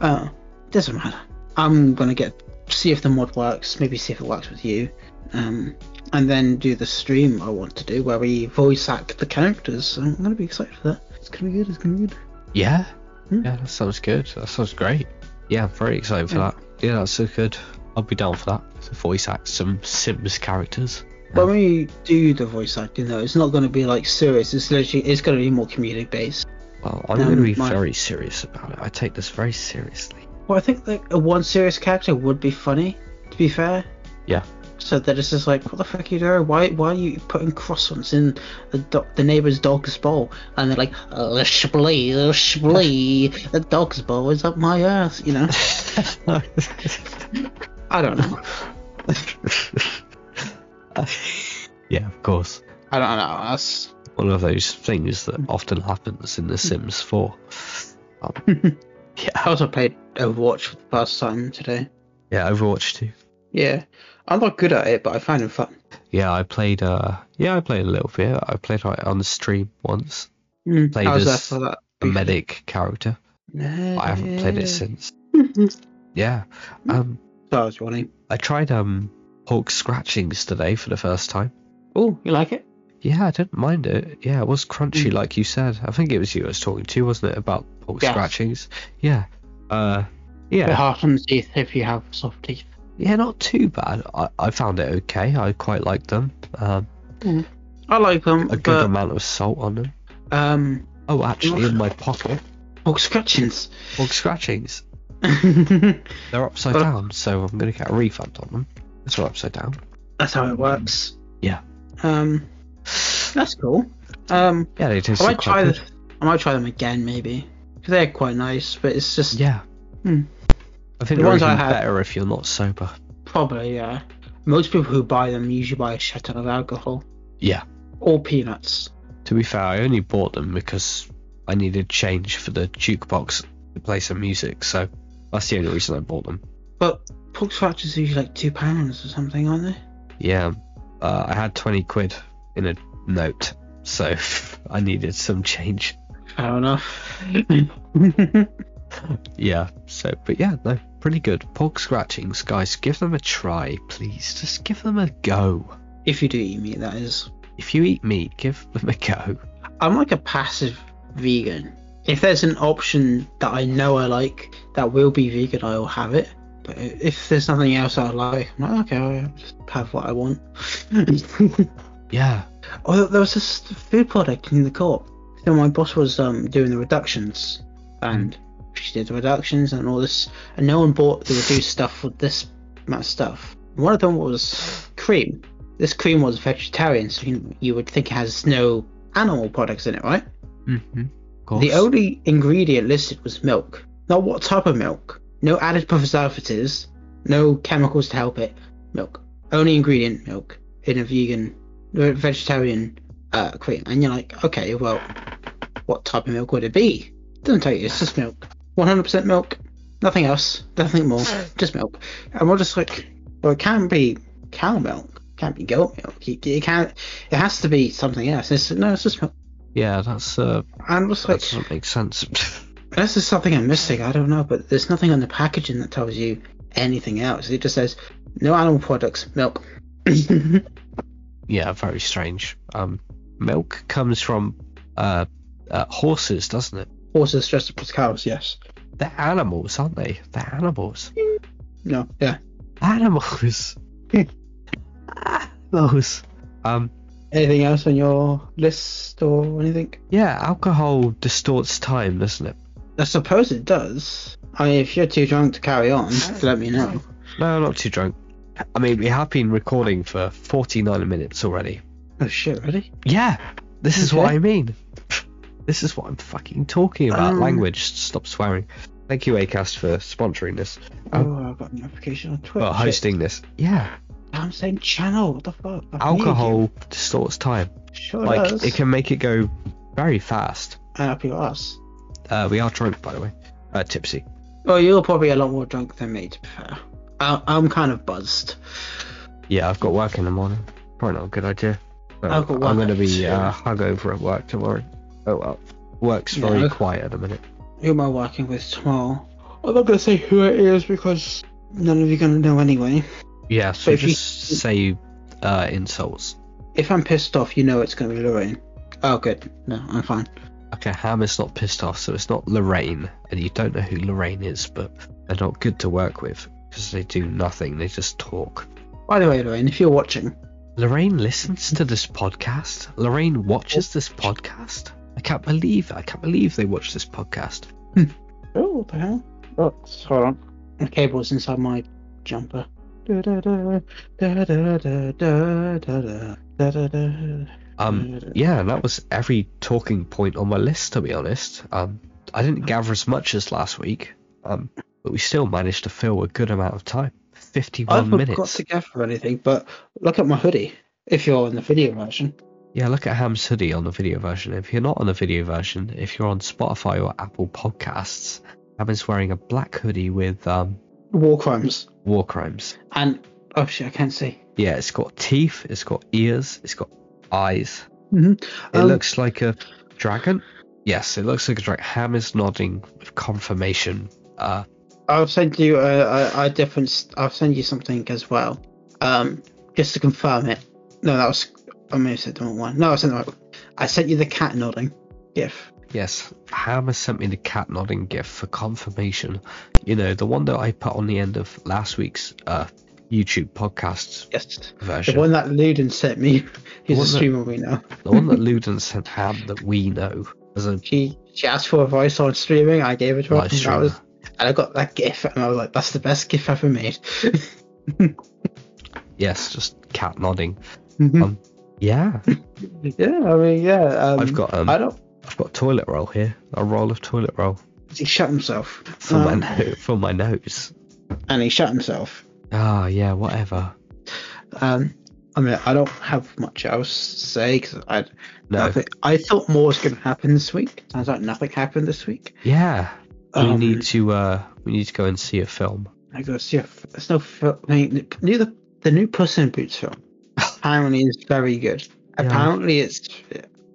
Uh, doesn't matter. I'm gonna get see if the mod works. Maybe see if it works with you, um, and then do the stream I want to do where we voice act the characters. So I'm gonna be excited for that. It's gonna be good. It's gonna be good.
Yeah,
Hmm.
yeah, that sounds good. That sounds great. Yeah, I'm very excited for
Yeah.
that. Yeah, that's so good. I'll be down for that. So voice act some Sims characters.
But when we do the voice acting though, it's not gonna be like serious. It's literally it's gonna be more community based.
Well, I'm
Um,
gonna be
my-
very serious about it. I take this very seriously.
Well, I think that a one serious character would be funny. To be fair.
Yeah.
So that it's just like, what the fuck are you doing? Why why are you putting croissants in the do- the neighbor's dog's bowl? And they're like, oh, shblee, oh, shblee, the dog's bowl is up my ass, you know? I don't know.
yeah, of course.
I don't know. That's
one of those things that often happens in The Sims 4. Um,
I also played Overwatch for the first time today.
yeah, Overwatch 2.
Yeah, I'm not good at it, but I find it fun.
Yeah, I played. Uh, yeah, I played a little bit. I played it on the stream once.
Mm,
Played
I was there
as-
for that
a medic character. I haven't played it since. Yeah. Um,
That was Ronnie.
I tried um Hulk scratchings today for the first time.
Oh, you like it?
Yeah, I didn't mind it. Yeah, it was crunchy, like you said. I think it was you I was talking to, wasn't it, about pork
Yes.
scratchings? Yeah. Uh, yeah,
Bit harsh on the teeth if you have soft teeth.
yeah, not too bad. I, I found it okay. I quite liked them. Um,
I like them,
a good
but
amount of salt on them.
um,
Oh, actually, in my pocket,
pork scratchings.
pork scratchings.
That's
They're upside
Oh.
down, so I'm gonna get a refund on them. It's not upside down.
how it works.
Yeah.
Um, that's cool. Um,
Yeah, they
I
taste
might
quite
try.
good.
The, I might try them again, maybe. 'Cause They're quite nice, but it's just
Yeah.
Hmm.
I think
The
they're
ones I
even
had-
better if you're not sober.
probably yeah. Most people who buy them usually buy a shit ton of alcohol
Yeah.
or peanuts.
To be fair, I only bought them because I needed change for the jukebox to play some music, so that's the only reason I bought them.
But pork scratchings are usually like two pounds or something, aren't they?
Yeah, uh, I had 20 quid in a note, so I needed some change.
Fair enough.
Yeah, so, but yeah, no, pretty good. Pork scratchings, guys, give them a try, please. Just give them a go.
if you do eat meat, that is.
If you eat meat, give them a go.
I'm like a passive vegan. If there's an option that I know I like that will be vegan, I will have it. But i- if there's nothing else I like, I'm like, okay, I'll just have what I want.
Yeah,
Although there was this food product in the co-op. So my boss was um, doing the reductions, and she did the reductions and all this, and no one bought the reduced stuff with this amount of stuff. One of them was cream. This cream was vegetarian, so you, you would think it has no animal products in it, right?
mm-hmm. of course.
The only ingredient listed was milk. Not what type of milk. No added preservatives. No chemicals to help it. Milk. Only ingredient milk in a vegan, vegetarian uh, cream. And you're like, okay, well, what type of milk would it be? Doesn't tell you. It's just milk. 100% milk. Nothing else. Nothing more. Just milk. And we're just like, well, it can't be cow milk. Can't be goat milk. It, it can't. It has to be something else. It's, no, it's just milk.
yeah, that's uh,
And it's
that
like,
doesn't make sense.
Unless there's something I'm missing, I don't know, but there's nothing on the packaging that tells you anything else. It just says no animal products, milk.
yeah, very strange. Um, milk comes from uh, uh horses, doesn't it?
Horses dressed up as cows, yes.
They're animals, aren't they? They're animals.
No, yeah.
Animals. animals. Um,
Anything else on your list or anything?
yeah, alcohol distorts time, doesn't it?
I suppose it does. I mean, if you're too drunk to carry on, let me know.
No, not too drunk. I mean, we have been recording for 49 minutes already.
Oh shit, really?
Yeah, this is what
Okay.
I mean. This is what I'm fucking talking about.
Um.
Language. Stop swearing. Thank you, Acast, for sponsoring this.
Oh, I got a notification on Twitter.
Well, hosting this. Yeah.
I'm saying channel. What the fuck? I hate you.
alcohol distorts time.
Sure
Like
does.
it can make it go very fast.
And up your ass.
Uh, we are drunk, by the way. Uh, tipsy.
Well, you're probably a lot more drunk than me, to be fair. I- I'm kind of buzzed.
Yeah, I've got work in the morning. Probably not a good idea. But
I've got work
I'm going to
at
be
two.
uh, hungover at work tomorrow. Oh well, work's very
Yeah.
quiet at the minute.
Who am I working with tomorrow? I'm not gonna say who it is because none of you gonna know anyway.
Yeah, so
if you-
just say uh, insults.
If I'm pissed off, you know it's gonna be Lorraine. Oh, good. No, I'm fine.
Okay, Ham is not pissed off, so it's not Lorraine, and you don't know who Lorraine is, but they're not good to work with because they do nothing. They just talk.
By the way, Lorraine, if you're watching,
Lorraine listens to this podcast. Lorraine watches this podcast. I can't believe I can't believe they watch this podcast.
oh, what the hell? Oh, hold on. The cable's inside my jumper. Da da da da da da da da da da da da.
Um, yeah, and that was every talking point on my list. To be honest, um, I didn't gather as much as last week. Um, but we still managed to fill a good amount of time.
I've
Fifty-one
not
minutes.
got to gather anything, but look at my hoodie. If you're in the video version,
Yeah, look at Ham's hoodie on the video version. If you're not on the video version, if you're on Spotify or Apple Podcasts, Ham is wearing a black hoodie with um,
war crimes
war crimes.
and oh shit, I can't see.
Yeah, it's got teeth, it's got ears, it's got eyes.
Mm-hmm.
It looks like a dragon. Yes, it looks like it's right. Ham is nodding with confirmation. Uh,
I'll send you a, a, a different. s- I'll send you something as well, um, just to confirm it. No, that was. I may have said the wrong one. No, I sent the right one. I sent you the cat nodding gif.
yes, Ham has sent me the cat nodding gift for confirmation. You know, the one that I put on the end of last week's uh, YouTube podcasts
Yes,
version.
the one that Luden sent me. He's a
one that-
streamer we know.
The one that Luden sent Ham that we know as a
She she asked for advice on streaming. I gave it to her.
live
and that
streamer.
was, and I got that gif, and I was like, "That's the best gif ever made."
Yes, just cat nodding. Um, Yeah,
yeah, I mean, yeah. Um,
I've got um,
I don't.
I've got toilet roll here. A roll of toilet roll
He shut himself.
for my
Um,
no- for my nose.
and he shut himself.
Ah, yeah, whatever.
Um, I mean, I don't have much else to say because I
No,
nothing, I thought more was going to happen this week. Sounds like nothing happened this week.
yeah, we
Um,
need to uh, we need to go and see a film.
I go see if there's no film. I mean, neither the new Puss in Boots film apparently is very good.
Yeah.
Apparently, it's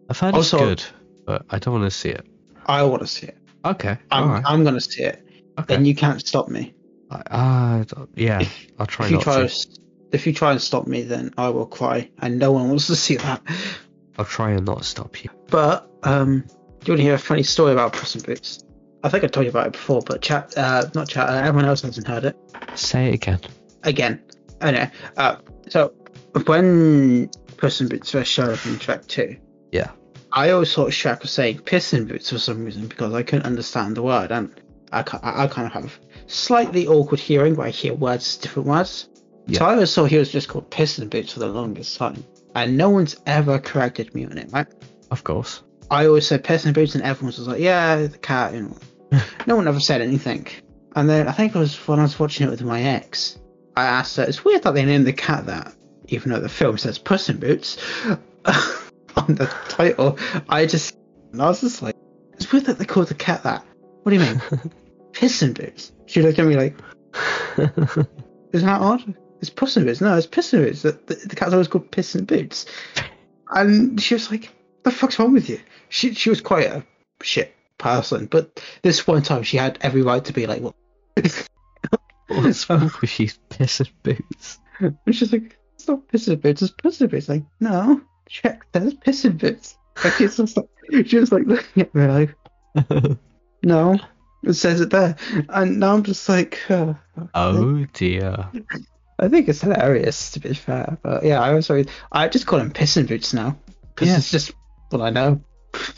I've heard
also-
it's good, but I don't want to see it.
I want to see it.
Okay,
I'm
all right,
I'm going to see it,
okay.
and you can't stop me.
I- uh, d- yeah, I'll try
if you
not
try
to.
to. s- If you try and stop me, then I will cry, and no one wants to see that.
I'll try and not stop you.
But um, do you want to hear a funny story about Puss in Boots? I think I told you about it before, but chat, uh, not chat. Uh, everyone else hasn't heard it
Say it again.
again. I know. Uh, so when Puss in Boots first showed up in Shrek Two,
Yeah.
I always thought Shrek was saying Piss in Boots for some reason because I couldn't understand the word, and I ca- I, I kind of have slightly awkward hearing where I hear words different words.
Yeah.
So I always thought he was just called Piss in Boots for the longest time, and no one's ever corrected me on it. Right.
Of course.
I always said piss in boots, and everyone was like, yeah, the cat, you know. no one ever said anything. And then I think it was when I was watching it with my ex, I asked her, it's weird that they named the cat that, even though the film says Puss in Boots on the title. I just, and I was just like, it's weird that they called the cat that. What do you mean? piss in Boots? She looked at me like, isn't that odd? It's Puss in Boots. No, it's Piss in Boots. The, the, the cat's always called Piss in Boots. And she was like, the fuck's wrong with you? She, she was quite a shit person, but this one time she had every right to be like, what?
What's
So-
wrong with you, piss and boots?
And she's like, it's not Piss in Boots, it's Puss in Boots. Like, no, check, there's Piss in Boots. Like, it's just like, she was like looking at me like, no, it says it there. And now I'm just like, uh,
oh dear.
I think it's hilarious to be fair, but yeah, I was always I just call him pissing boots now because
Yeah.
it's just what I know.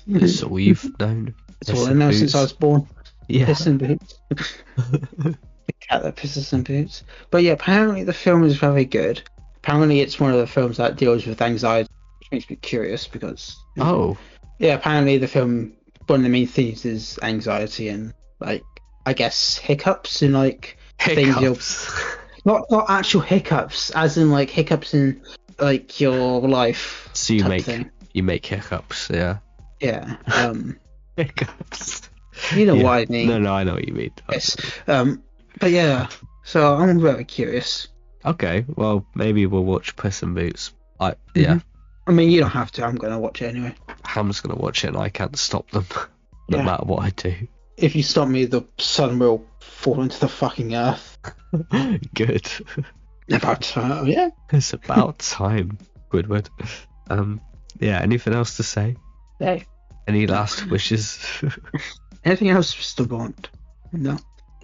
That's
it's
all you've known.
all Mm-hmm. I
Pissing
know since I
boots.
was born.
Yeah.
Pissing boots, the cat that pisses in boots. But yeah, apparently the film is very good. Apparently it's one of the films that deals with anxiety, which makes me curious because
oh,
yeah, apparently the film one of the main themes is anxiety and like I guess hiccups and like things you'll-
hiccups.
not not actual hiccups, as in like hiccups in like your life.
So you
type
make
thing.
you make hiccups, yeah.
yeah. Um,
Hiccups.
you know
Yeah.
what I mean.
No, no, I know what you mean.
Yes. Um, but yeah. So I'm very curious.
Okay, well maybe we'll watch Puss in Boots. I yeah,
Mm-hmm. I mean, you don't have to. I'm gonna watch it anyway.
Ham's gonna watch it and I can't stop them, no
Yeah.
matter what I do.
If you stop me, the sun will fall into the fucking earth.
Good.
About time. oh, Yeah.
It's about time, Squidward. Um, yeah. Anything else to say?
Hey.
Any last wishes?
Anything else, Mr. Bond? No.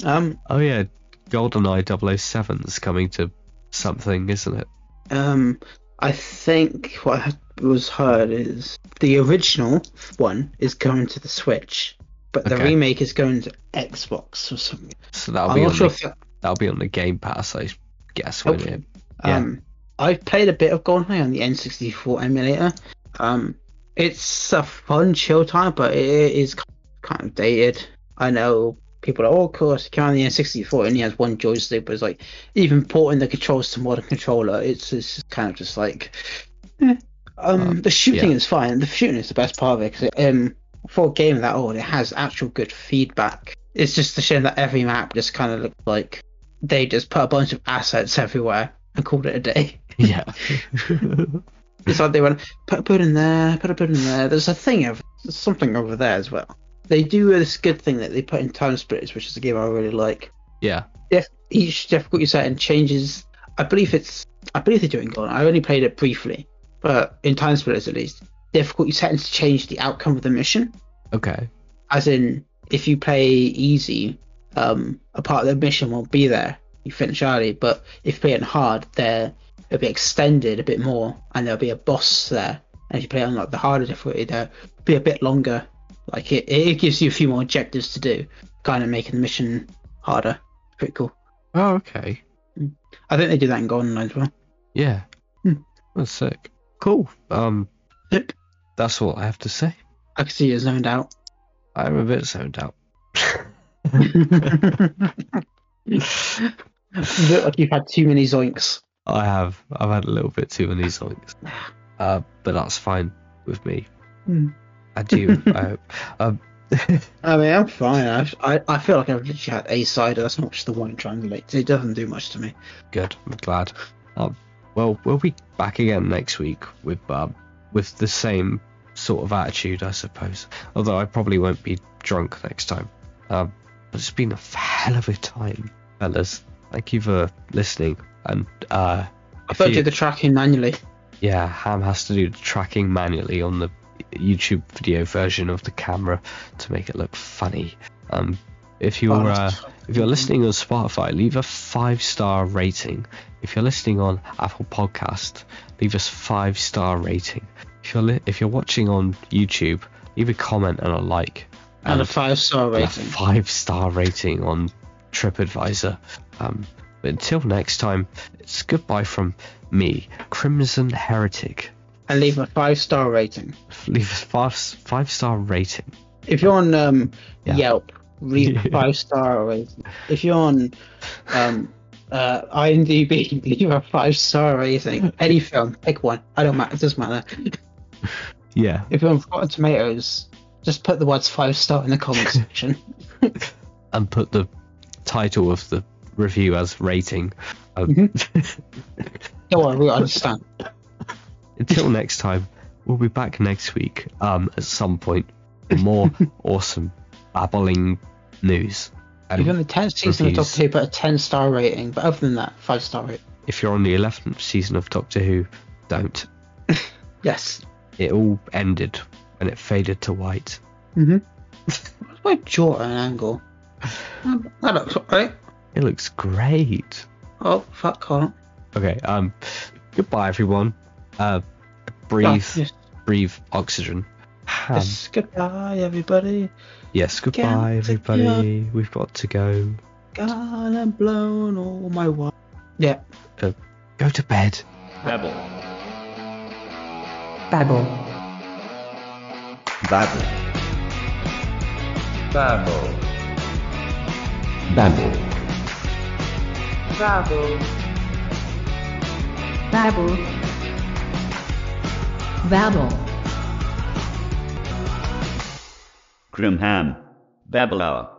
Um.
oh yeah, GoldenEye 007's coming to something, isn't it?
Um. I think what I was heard is the original one is going to the Switch, but the
Okay.
remake is going to Xbox or something.
So that'll
I'm
be on
not sure
the,
if that-
that'll be on the Game Pass, I guess, won't
Hopefully.
it? Yeah.
Um, I've played a bit of GoldenEye on the N64 emulator. Um, it's a fun chill time, but it is kind of dated. I know people are, oh, of course, can on the N64 it only has one joystick, but it's like even porting the controls to modern controller, it's, it's kind of just like. eh. Um,
Um,
the shooting
yeah.
is fine. The shooting is the best part of it 'cause it, um, for a game that old, it has actual good feedback. It's just a shame that every map just kind of looks like they just put a bunch of assets everywhere and called it a day.
Yeah.
It's like they went, put a building there, put a building there. There's a thing of there's something over there as well. They do this good thing that they put in time splitters, which is a game I really like.
Yeah.
Def- each difficulty setting changes. I believe it's. I believe they do it in Golden. I only played it briefly, but in time splitters at least, difficulty settings change the outcome of the mission.
Okay.
As in, if you play easy, um, a part of the mission won't be there. You finish early, but if you play it hard, there it'll be extended a bit more, and there'll be a boss there. And if you play it on like the harder difficulty, there'll be a bit longer. Like it, it gives you a few more objectives to do, kind of making the mission harder. Pretty cool.
Oh, okay.
I think they do that in Golden Line as well.
Yeah.
Hmm.
That's sick. Cool. Um,
Yep.
that's all I have to say.
I can see you zoned out.
I'm a bit zoned out.
You look like you've had too many zoinks.
I have. I've had a little bit too many songs. Uh, but that's fine with me.
Hmm.
I do. I hope. Um,
I mean, I'm fine. I've, I I feel like I've literally had a cider. That's not just the one triangulate. It doesn't do much to me.
good. I'm glad. Um, well, we'll be back again next week with um, with the same sort of attitude, I suppose. Although I probably won't be drunk next time. Um, but it's been a hell of a time, fellas. Thank you for listening. And uh,
I
if
don't
you-
do the tracking manually.
Yeah, Ham has to do the tracking manually on the YouTube video version of the camera to make it look funny. Um, if you're uh, if you're listening on Spotify, leave a five star rating. If you're listening on Apple Podcast, leave us five star rating. If you're li- if you're watching on YouTube, leave a comment and a like
and a five star
a
rating.
five star rating on TripAdvisor. Um, but until next time, it's goodbye from me, Crimson Heretic.
and leave a five star rating.
Leave us five five star rating.
If you're on um,
Yeah.
Yelp, leave a five star rating. If you're on um, uh, IMDb, leave a five star rating. Any film, pick one. I don't matter. It doesn't matter.
Yeah.
If you're on Rotten Tomatoes, just put the words five star in the comment section.
And put the title of the review as rating. Um,
Don't worry, we understand.
until next time, we'll be back next week um, at some point. for More awesome babbling news. And
If you're on the 10th
Mm.
season
Reviews.
of Doctor Who, put a 10 star rating. But other than that, five star rating.
if you're on the 11th season of Doctor Who, don't.
Yes.
it all ended when it faded to white.
What's my jaw at an angle? Um, That looks alright.
It looks great.
Oh, fuck, can't.
Okay, um, goodbye everyone. Uh, breathe,
Ah, yes.
breathe oxygen. Ham. Yes,
Yes, goodbye, everybody.
goodbye
Yeah.
everybody. We've got to go.
Gone and blown all my wine. Yeah.
uh, Go to bed.
Babble.
Babble.
Babble. Babble. Babble.
Babble. Babble. Babble.
Grimham. Babble hour.